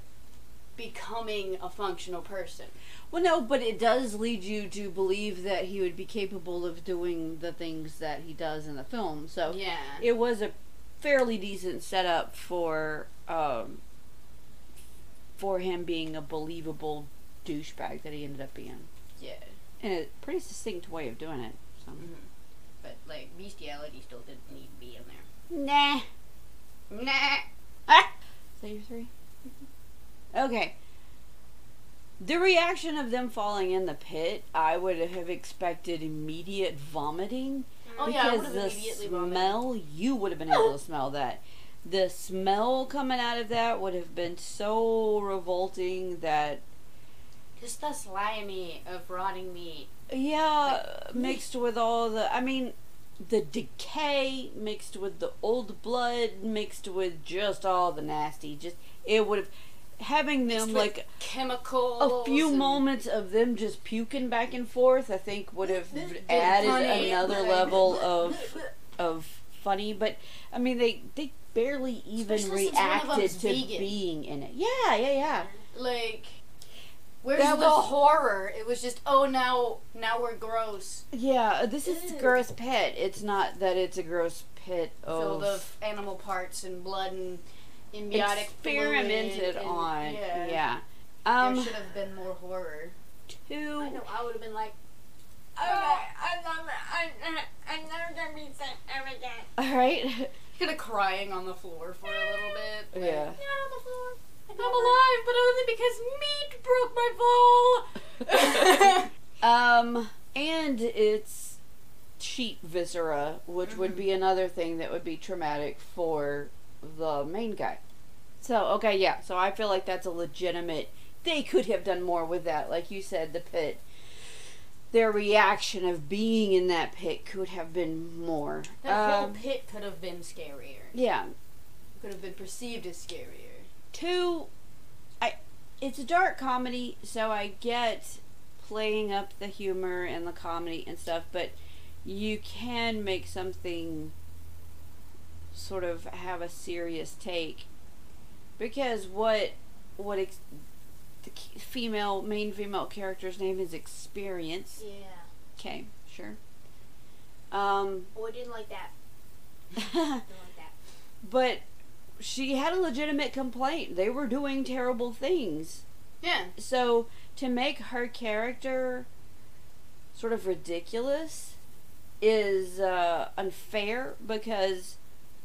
Speaker 4: becoming a functional person.
Speaker 1: Well, no, but it does lead you to believe that he would be capable of doing the things that he does in the film. So
Speaker 4: Yeah.
Speaker 1: it was a fairly decent setup for um, for him being a believable douchebag that he ended up being,
Speaker 4: Yeah.
Speaker 1: and a pretty succinct way of doing it. So
Speaker 4: Mhm. But like bestiality still didn't need to be in there.
Speaker 1: nah, is
Speaker 4: Nah.
Speaker 1: that your three? Mm-hmm. Okay. The reaction of them falling in the pit, I would have expected immediate vomiting.
Speaker 4: Oh yeah, I would
Speaker 1: because
Speaker 4: have
Speaker 1: the
Speaker 4: immediately vomited.
Speaker 1: smell you would have been able to smell that. The smell coming out of that would have been so revolting that
Speaker 4: Just the slimy of rotting meat.
Speaker 1: yeah, mixed with all the I mean the decay mixed with the old blood mixed with just all the nasty just it would have having them
Speaker 4: Mixed with
Speaker 1: like
Speaker 4: Chemicals.
Speaker 1: a few
Speaker 4: and-
Speaker 1: moments of them just puking back and forth I think would have
Speaker 4: Didn't
Speaker 1: added
Speaker 4: funny,
Speaker 1: another
Speaker 4: <laughs> like-
Speaker 1: level of
Speaker 4: <laughs>
Speaker 1: of funny, but I mean they they barely even
Speaker 4: Especially since one of
Speaker 1: reacted
Speaker 4: them's
Speaker 1: to
Speaker 4: vegan.
Speaker 1: being in it. Yeah, yeah, yeah.
Speaker 4: like where's
Speaker 1: That
Speaker 4: the
Speaker 1: was-
Speaker 4: horror? It was just oh now now we're gross
Speaker 1: Yeah, uh, this is
Speaker 4: Ew.
Speaker 1: gross pit. It's not that it's a gross pit of
Speaker 4: filled of animal parts and blood and embiotic fluid
Speaker 1: experimented
Speaker 4: and-
Speaker 1: on.
Speaker 4: Yeah,
Speaker 1: Yeah.
Speaker 4: there
Speaker 1: Um
Speaker 4: should have been more horror.
Speaker 1: two <laughs>
Speaker 4: I would have been like
Speaker 2: I love it. I'm, I'm never gonna be sick ever again.
Speaker 1: all right.
Speaker 4: kind of crying on the floor for a little bit. like,
Speaker 1: Yeah.
Speaker 2: Get on the floor.
Speaker 1: <laughs>
Speaker 4: I'm alive, but only because meat broke my
Speaker 1: <laughs>
Speaker 4: fall.
Speaker 1: Um and it's sheep viscera, which would
Speaker 4: Mhm.
Speaker 1: be another thing that would be traumatic for the main guy. So okay, yeah. So I feel like that's a legitimate. They could have done more with that, like you said, the pit. Their reaction of being in that pit could have been more.
Speaker 4: that whole
Speaker 1: Um,
Speaker 4: pit could have been scarier.
Speaker 1: yeah,
Speaker 4: could have been perceived as scarier.
Speaker 1: two. I. It's a dark comedy, so I get playing up the humor and the comedy and stuff, but you can make something sort of have a serious take because what what ex- the k- female main female character's name is experience
Speaker 2: Yeah.
Speaker 1: okay sure um <laughs>
Speaker 2: Oh, I didn't like that. Didn't like that.
Speaker 1: but she had a legitimate complaint they were doing terrible things
Speaker 4: Yeah.
Speaker 1: so to make her character sort of ridiculous is uh, unfair because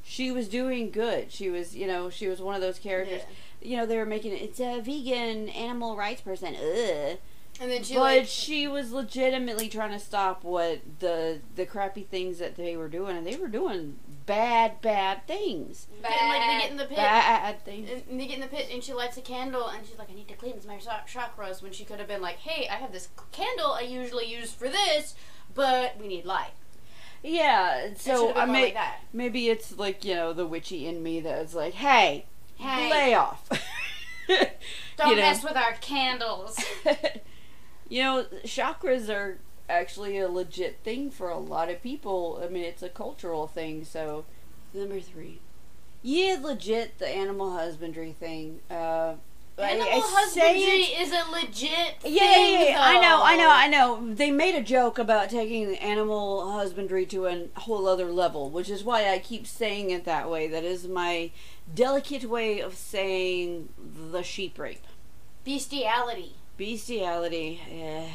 Speaker 1: she was doing good. She was, you know, she was one of those characters. You know, they were making it. It's a vegan animal rights person. Ugh.
Speaker 4: And then she
Speaker 1: but
Speaker 4: like
Speaker 1: she was legitimately trying to stop what the the crappy things that they were doing, and they were doing bad, bad things.
Speaker 4: and, like they get in the pit.
Speaker 1: Bad things.
Speaker 4: And and they get in the pit, and she lights a candle, and she's like, "I need to cleanse my cha- chakras." When she could have been like, "Hey, I have this candle I usually use for this, but we need light."
Speaker 1: Yeah.
Speaker 4: It should
Speaker 1: So
Speaker 4: have
Speaker 1: I
Speaker 4: been more
Speaker 1: mean,
Speaker 4: like that.
Speaker 1: Maybe it's like, you know, the witchy in me that is like, hey,
Speaker 4: Hey,
Speaker 1: lay off. <laughs>
Speaker 4: don't
Speaker 1: you know. <laughs>
Speaker 4: mess with our candles.
Speaker 1: You know, chakras are actually a legit thing for a lot of people. I mean, it's a cultural thing. So, number three. Yeah, legit the animal husbandry thing. Uh, I-
Speaker 4: Animal
Speaker 1: I say
Speaker 4: husbandry
Speaker 1: it-
Speaker 4: is a legit
Speaker 1: Yeah,
Speaker 4: thing.
Speaker 1: yeah, yeah, yeah. I know, I know,
Speaker 4: though.
Speaker 1: I know. They made a joke about taking animal husbandry to a whole other level, which is why I keep saying it that way. That is my delicate way of saying the sheep rape.
Speaker 4: Bestiality.
Speaker 1: Bestiality. eh, Yeah.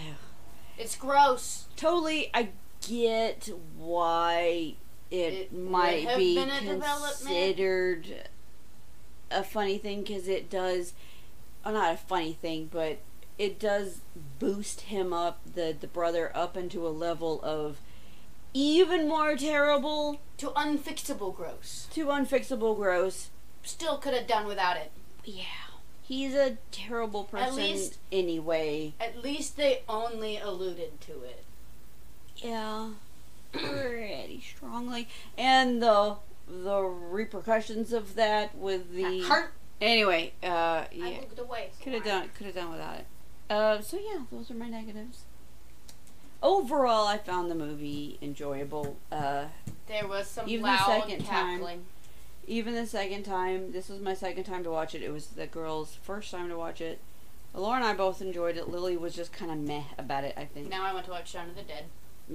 Speaker 4: It's gross.
Speaker 1: Totally, I get why it,
Speaker 4: It would
Speaker 1: might
Speaker 4: have
Speaker 1: be
Speaker 4: been a development.
Speaker 1: considered a funny thing because it does, well, not a funny thing, but it does boost him up, the, the brother, up into a level of even more terrible
Speaker 4: To unfixable gross.
Speaker 1: to unfixable gross.
Speaker 4: Still could have done without it.
Speaker 1: Yeah. He's a terrible person
Speaker 4: least-
Speaker 1: anyway.
Speaker 4: At least they only alluded to it.
Speaker 1: Yeah, pretty strongly. And the the repercussions of that with the
Speaker 4: Heart.
Speaker 1: anyway, uh,
Speaker 4: I
Speaker 1: yeah,
Speaker 4: looked away.
Speaker 1: could have done could have done without it. Uh, so yeah, those are my negatives. Overall, I found the movie enjoyable. Uh,
Speaker 4: There was some
Speaker 1: Even the
Speaker 4: loud
Speaker 1: second time.
Speaker 4: cackling.
Speaker 1: even the second time, this was my second time to watch it. It was the girl's first time to watch it. Laura and I both enjoyed it. Lily was just kind of meh about it. I think.
Speaker 4: Now I want to watch Shaun of the Dead.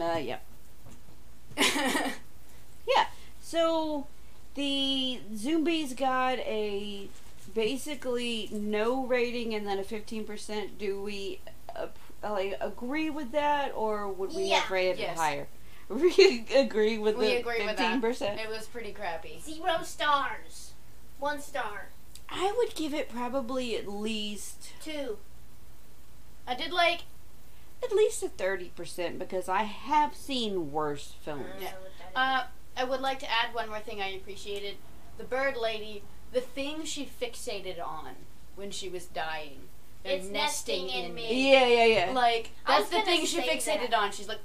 Speaker 1: Uh, yeah. So the Zombies got a basically no rating and then a 15%. Do we uh, like, agree with that or would we have
Speaker 2: Yeah.
Speaker 1: rated it
Speaker 4: Yes.
Speaker 1: higher? <laughs> We agree with
Speaker 4: We
Speaker 1: the
Speaker 4: agree with that.
Speaker 1: 15%.
Speaker 4: it was pretty crappy.
Speaker 2: Zero stars. One star.
Speaker 1: I would give it probably at least
Speaker 2: Two.
Speaker 4: I did like
Speaker 1: at least a 30% because I have seen worse
Speaker 2: I
Speaker 1: films.
Speaker 2: don't
Speaker 4: Yeah.
Speaker 2: know what that is.
Speaker 4: Uh, I would like to add one more thing I appreciated. The bird lady, the thing she fixated on when she was dying. and
Speaker 2: It's
Speaker 4: nesting,
Speaker 2: nesting in
Speaker 4: in
Speaker 2: me.
Speaker 1: Yeah, yeah, yeah.
Speaker 4: Like,
Speaker 2: I
Speaker 4: that's
Speaker 2: was
Speaker 4: the
Speaker 2: gonna
Speaker 4: thing she
Speaker 2: say
Speaker 4: fixated
Speaker 2: that.
Speaker 4: on. She's like,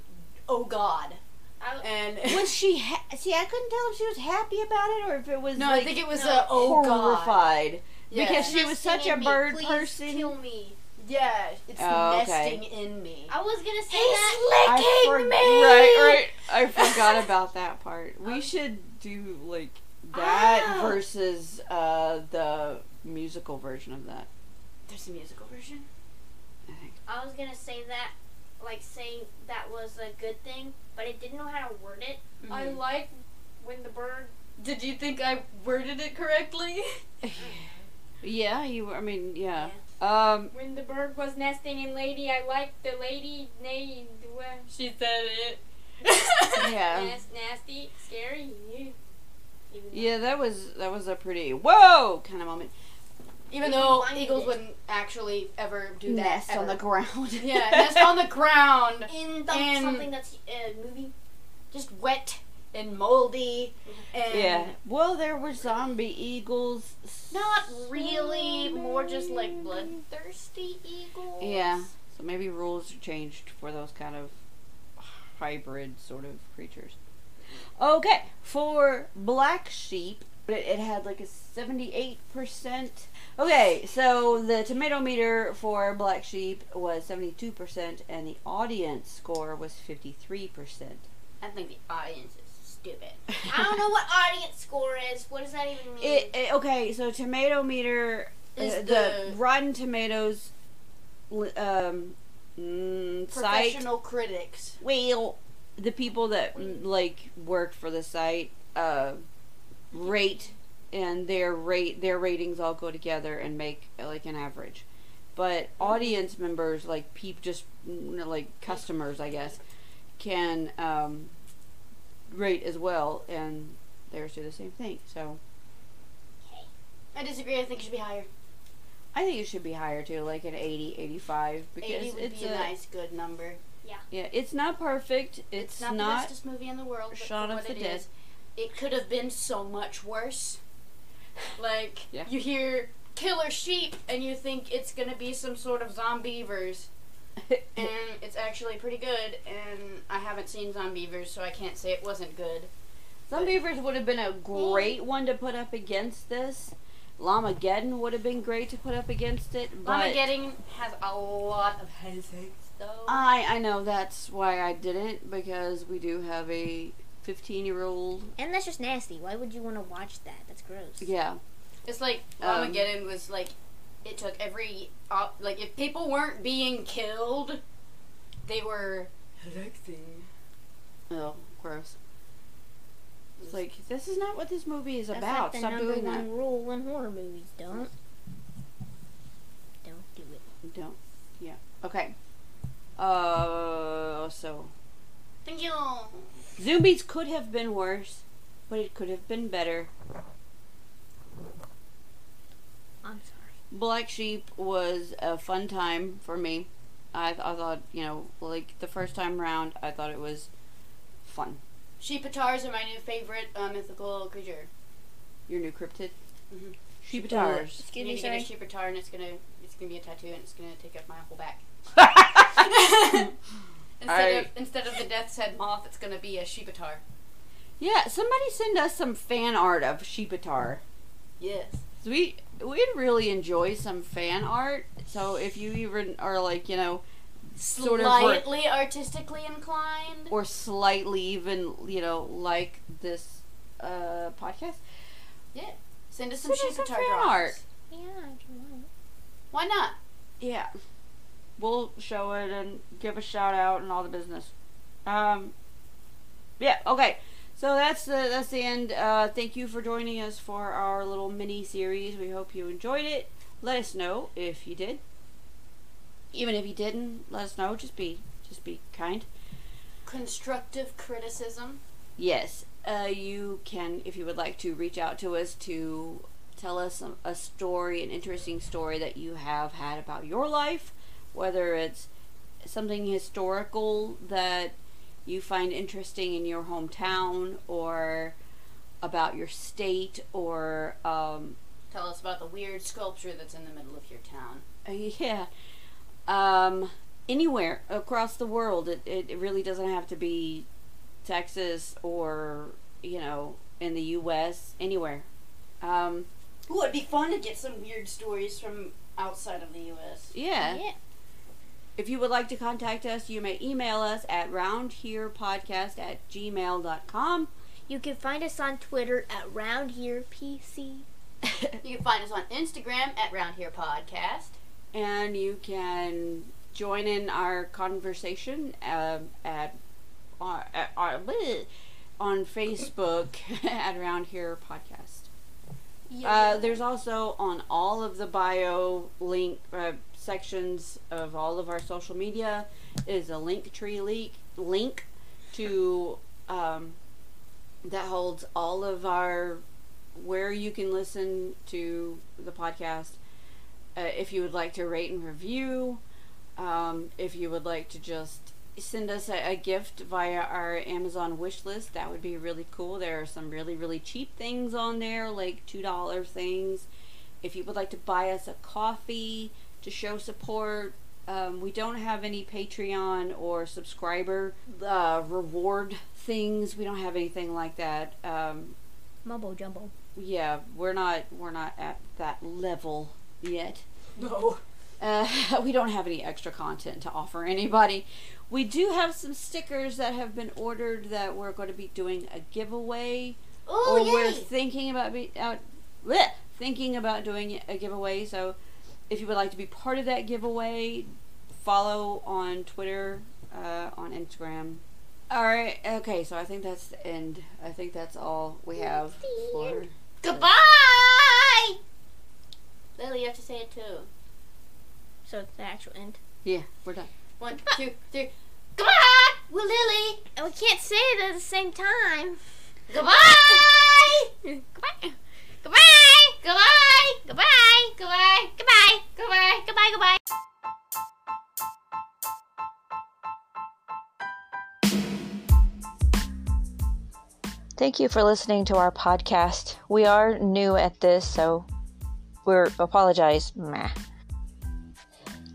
Speaker 4: oh god.
Speaker 2: I-
Speaker 1: <laughs>
Speaker 4: And. <laughs>
Speaker 1: was she ha- see? I couldn't tell if she was happy about it or if it was
Speaker 4: no,
Speaker 1: like
Speaker 4: I think it was
Speaker 2: no,
Speaker 4: a oh god.
Speaker 1: horrified.
Speaker 4: Yeah.
Speaker 1: because she was
Speaker 2: Nesting
Speaker 1: such a
Speaker 2: in me.
Speaker 1: bird
Speaker 2: Please
Speaker 1: person.
Speaker 2: Kill me.
Speaker 4: Yeah, it's
Speaker 1: Oh, okay.
Speaker 4: nesting in me.
Speaker 2: I was gonna
Speaker 4: He's
Speaker 2: say that.
Speaker 1: I
Speaker 4: licking
Speaker 1: forg-
Speaker 4: me!
Speaker 1: <laughs> Right, right. I forgot about that part. We should do like that
Speaker 4: Ow.
Speaker 1: versus uh, the musical version of that.
Speaker 4: There's a musical version.
Speaker 1: I think.
Speaker 2: I was gonna say that, like saying that was a good thing, but I didn't know how to word it.
Speaker 1: Mm-hmm.
Speaker 2: I
Speaker 4: Mhm.
Speaker 2: like when the bird.
Speaker 4: Did you think I worded it correctly? <laughs>
Speaker 1: Yeah, you. were- I mean, yeah.
Speaker 4: <coughs>
Speaker 1: Um,
Speaker 2: When the bird was nesting in lady, I liked the lady named was
Speaker 4: She said it. <laughs>
Speaker 1: yeah,
Speaker 2: nas- nasty, scary. Yeah. Even though-
Speaker 1: yeah. That was that was a pretty whoa kind of moment.
Speaker 4: Even
Speaker 2: We
Speaker 4: though
Speaker 2: blinded
Speaker 4: eagles
Speaker 2: it.
Speaker 4: wouldn't actually ever do that.
Speaker 1: nest on the
Speaker 4: ever.
Speaker 1: ground.
Speaker 4: <laughs> yeah, nest
Speaker 1: <laughs>
Speaker 4: on the ground.
Speaker 2: In the,
Speaker 4: And-
Speaker 2: something that's uh, movie.
Speaker 4: Just wet and moldy
Speaker 2: Mm-hmm.
Speaker 4: and
Speaker 1: Yeah. Well, there were zombie eagles.
Speaker 4: not really more just like bloodthirsty eagles.
Speaker 1: Yeah. So maybe rules are changed for those kind of hybrid sort of creatures. Okay, for black sheep, it, it had like a 78%. Okay, so the tomato meter for black sheep was 72%, and the audience score was 53%.
Speaker 4: I think the audience is stupid.
Speaker 2: <laughs> I
Speaker 1: <laughs>
Speaker 2: don't know what audience score is. What does that even mean?
Speaker 1: It, it- okay, so tomato meter
Speaker 4: Is
Speaker 1: uh, the,
Speaker 4: the-
Speaker 1: Rotten Tomatoes li- um, mm, site
Speaker 4: Professional critics.
Speaker 1: Well, the people that mm, like work for the site uh, rate, and their rate their ratings all go together and make uh, like an average. But audience members, like peep, just mm, like customers, I guess, can um, rate as well, and theirs do the same thing. So
Speaker 4: I disagree. I think it should be higher.
Speaker 1: I think it should be higher too, like an 80, 85, because
Speaker 4: 80 would
Speaker 1: it's
Speaker 4: be a,
Speaker 1: a,
Speaker 4: nice, good number.
Speaker 1: yeah, it's not perfect. It's,
Speaker 4: It's,
Speaker 1: not,
Speaker 4: not, the bestest movie in the world, but
Speaker 1: Shaun
Speaker 4: for
Speaker 1: of
Speaker 4: what
Speaker 1: the
Speaker 4: it
Speaker 1: Dead.
Speaker 4: is, it could have been so much worse. Like
Speaker 1: Yeah.
Speaker 4: you hear killer sheep and you think it's gonna be some sort of zombievers,
Speaker 1: <laughs>
Speaker 4: and it's actually pretty good. And I haven't seen zombievers, so I can't say it wasn't good.
Speaker 1: Some Beavers would have been a
Speaker 2: hmm.
Speaker 1: great one to put up against this. Lamageddon would have been great to put up against it, but
Speaker 4: Llama Getting has a lot of hijinks. though.
Speaker 1: I I know that's why I didn't because we do have a 15 year old.
Speaker 2: And that's just nasty. Why would you want to watch that? That's gross.
Speaker 1: Yeah.
Speaker 4: It's like
Speaker 1: Um,
Speaker 4: Armageddon was like, it took every op- like if people weren't being killed, they were electing.
Speaker 1: Oh, gross. It's like this is not what this movie is
Speaker 2: That's
Speaker 1: about.
Speaker 2: like the
Speaker 1: Stop
Speaker 2: number
Speaker 1: doing
Speaker 2: one rule in horror movies. Don't. Don't do it.
Speaker 1: that. Don't. Yeah. Okay. Uh. So
Speaker 4: Thank you.
Speaker 1: zombies could have been worse, but it could have been better.
Speaker 2: I'm sorry.
Speaker 1: Black Sheep was a fun time for me. I, I thought, you know, like the first time round, I thought it was fun.
Speaker 4: Sheepatars are my new favorite uh, mythical creature.
Speaker 1: Your new cryptid?
Speaker 4: Mhm.
Speaker 1: Sheepatars.
Speaker 2: Excuse
Speaker 4: I need
Speaker 2: me,
Speaker 4: to get a
Speaker 2: sorry.
Speaker 4: sheepatar and it's gonna it's gonna be a tattoo and it's gonna take up my whole back. instead of
Speaker 1: Alright.
Speaker 4: instead of the death's head moth, it's gonna be a sheepatar.
Speaker 1: yeah, somebody send us some fan art of Sheepatar.
Speaker 4: Yes.
Speaker 1: 'Cause We we'd really enjoy some fan art. So if you even are like, you know, sort of ver-
Speaker 4: Slightly artistically inclined.
Speaker 1: or slightly even, you know, like this uh podcast,
Speaker 4: Send us some
Speaker 1: Send us some
Speaker 4: sheepatar
Speaker 1: fan
Speaker 4: drawings.
Speaker 1: art.
Speaker 2: Yeah, if you want.
Speaker 4: Why not?
Speaker 1: Yeah. We'll show it and give a shout out and all the business. Um Yeah, okay. So that's the that's the end. Uh thank you for joining us for our little mini series. We hope you enjoyed it. Let us know if you did. Even if you didn't, let us know. Just be just be kind.
Speaker 4: Constructive criticism.
Speaker 1: Yes. Uh you can if you would like to reach out to us to tell us a, a story, an interesting story that you have had about your life, whether it's something historical that you find interesting in your hometown or about your state or um,
Speaker 4: Tell us about the weird sculpture that's in the middle of your town.
Speaker 1: uh, <laughs> yeah um, anywhere across the world it, it, it really doesn't have to be texas or you know in the us anywhere um,
Speaker 4: Ooh, it'd be fun to get some weird stories from outside of the U.S.
Speaker 1: yeah
Speaker 2: Yeah.
Speaker 1: If you would like to contact us, you may email us at roundherepodcast at gmail.com.
Speaker 2: You can find us on Twitter at Round Here PC.
Speaker 4: You can find us on Instagram at Round Here Podcast.
Speaker 1: and you can join in our conversation um, at, uh, at, uh, bleh, on Facebook <laughs> at Round Here Podcast. Uh, there's also on all of the bio link uh, sections of all of our social media is a link tree leak link to um, that holds all of our where you can listen to the podcast. Uh, if you would like to rate and review, um, if you would like to just send us a, a gift via our Amazon wish list, that would be really cool. There are some really, really cheap things on there, like $2 things. If you would like to buy us a coffee to show support, um, we don't have any Patreon or subscriber uh, reward things. We don't have anything like that. Um,
Speaker 2: Mumbo jumbo.
Speaker 1: yeah, we're not we're not at that level yet.
Speaker 4: No.
Speaker 1: Uh, <laughs> we don't have any extra content to offer anybody. We do have some stickers that have been ordered that we're going to be doing a giveaway,
Speaker 4: Oh,
Speaker 1: or we're
Speaker 4: yay!
Speaker 1: thinking about be, out, bleh, thinking about doing a giveaway. So, if you would like to be part of that giveaway, follow on Twitter, uh, on Instagram. All right. Okay. So I think that's the end. I think that's all we have for.
Speaker 4: Goodbye! Lily, you have to say it too.
Speaker 2: So it's the actual end.
Speaker 1: Yeah, we're done.
Speaker 4: One, two, three. Goodbye! Well, Lily!
Speaker 2: And we can't say it at the same time.
Speaker 4: Goodbye!
Speaker 2: Goodbye. Goodbye. Goodbye. Goodbye. Goodbye. Goodbye. Goodbye. Goodbye. Goodbye.
Speaker 5: Thank you for listening to our podcast. We are new at this, so we're apologize. Meh.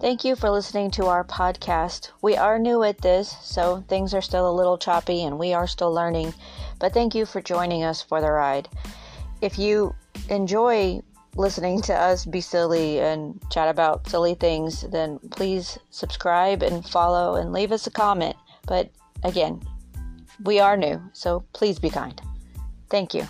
Speaker 5: Thank you for listening to our podcast. We are new at this, so things are still a little choppy and we are still learning. But thank you for joining us for the ride. If you enjoy listening to us be silly and chat about silly things, then please subscribe and follow and leave us a comment. But again, we are new, so please be kind. Thank you.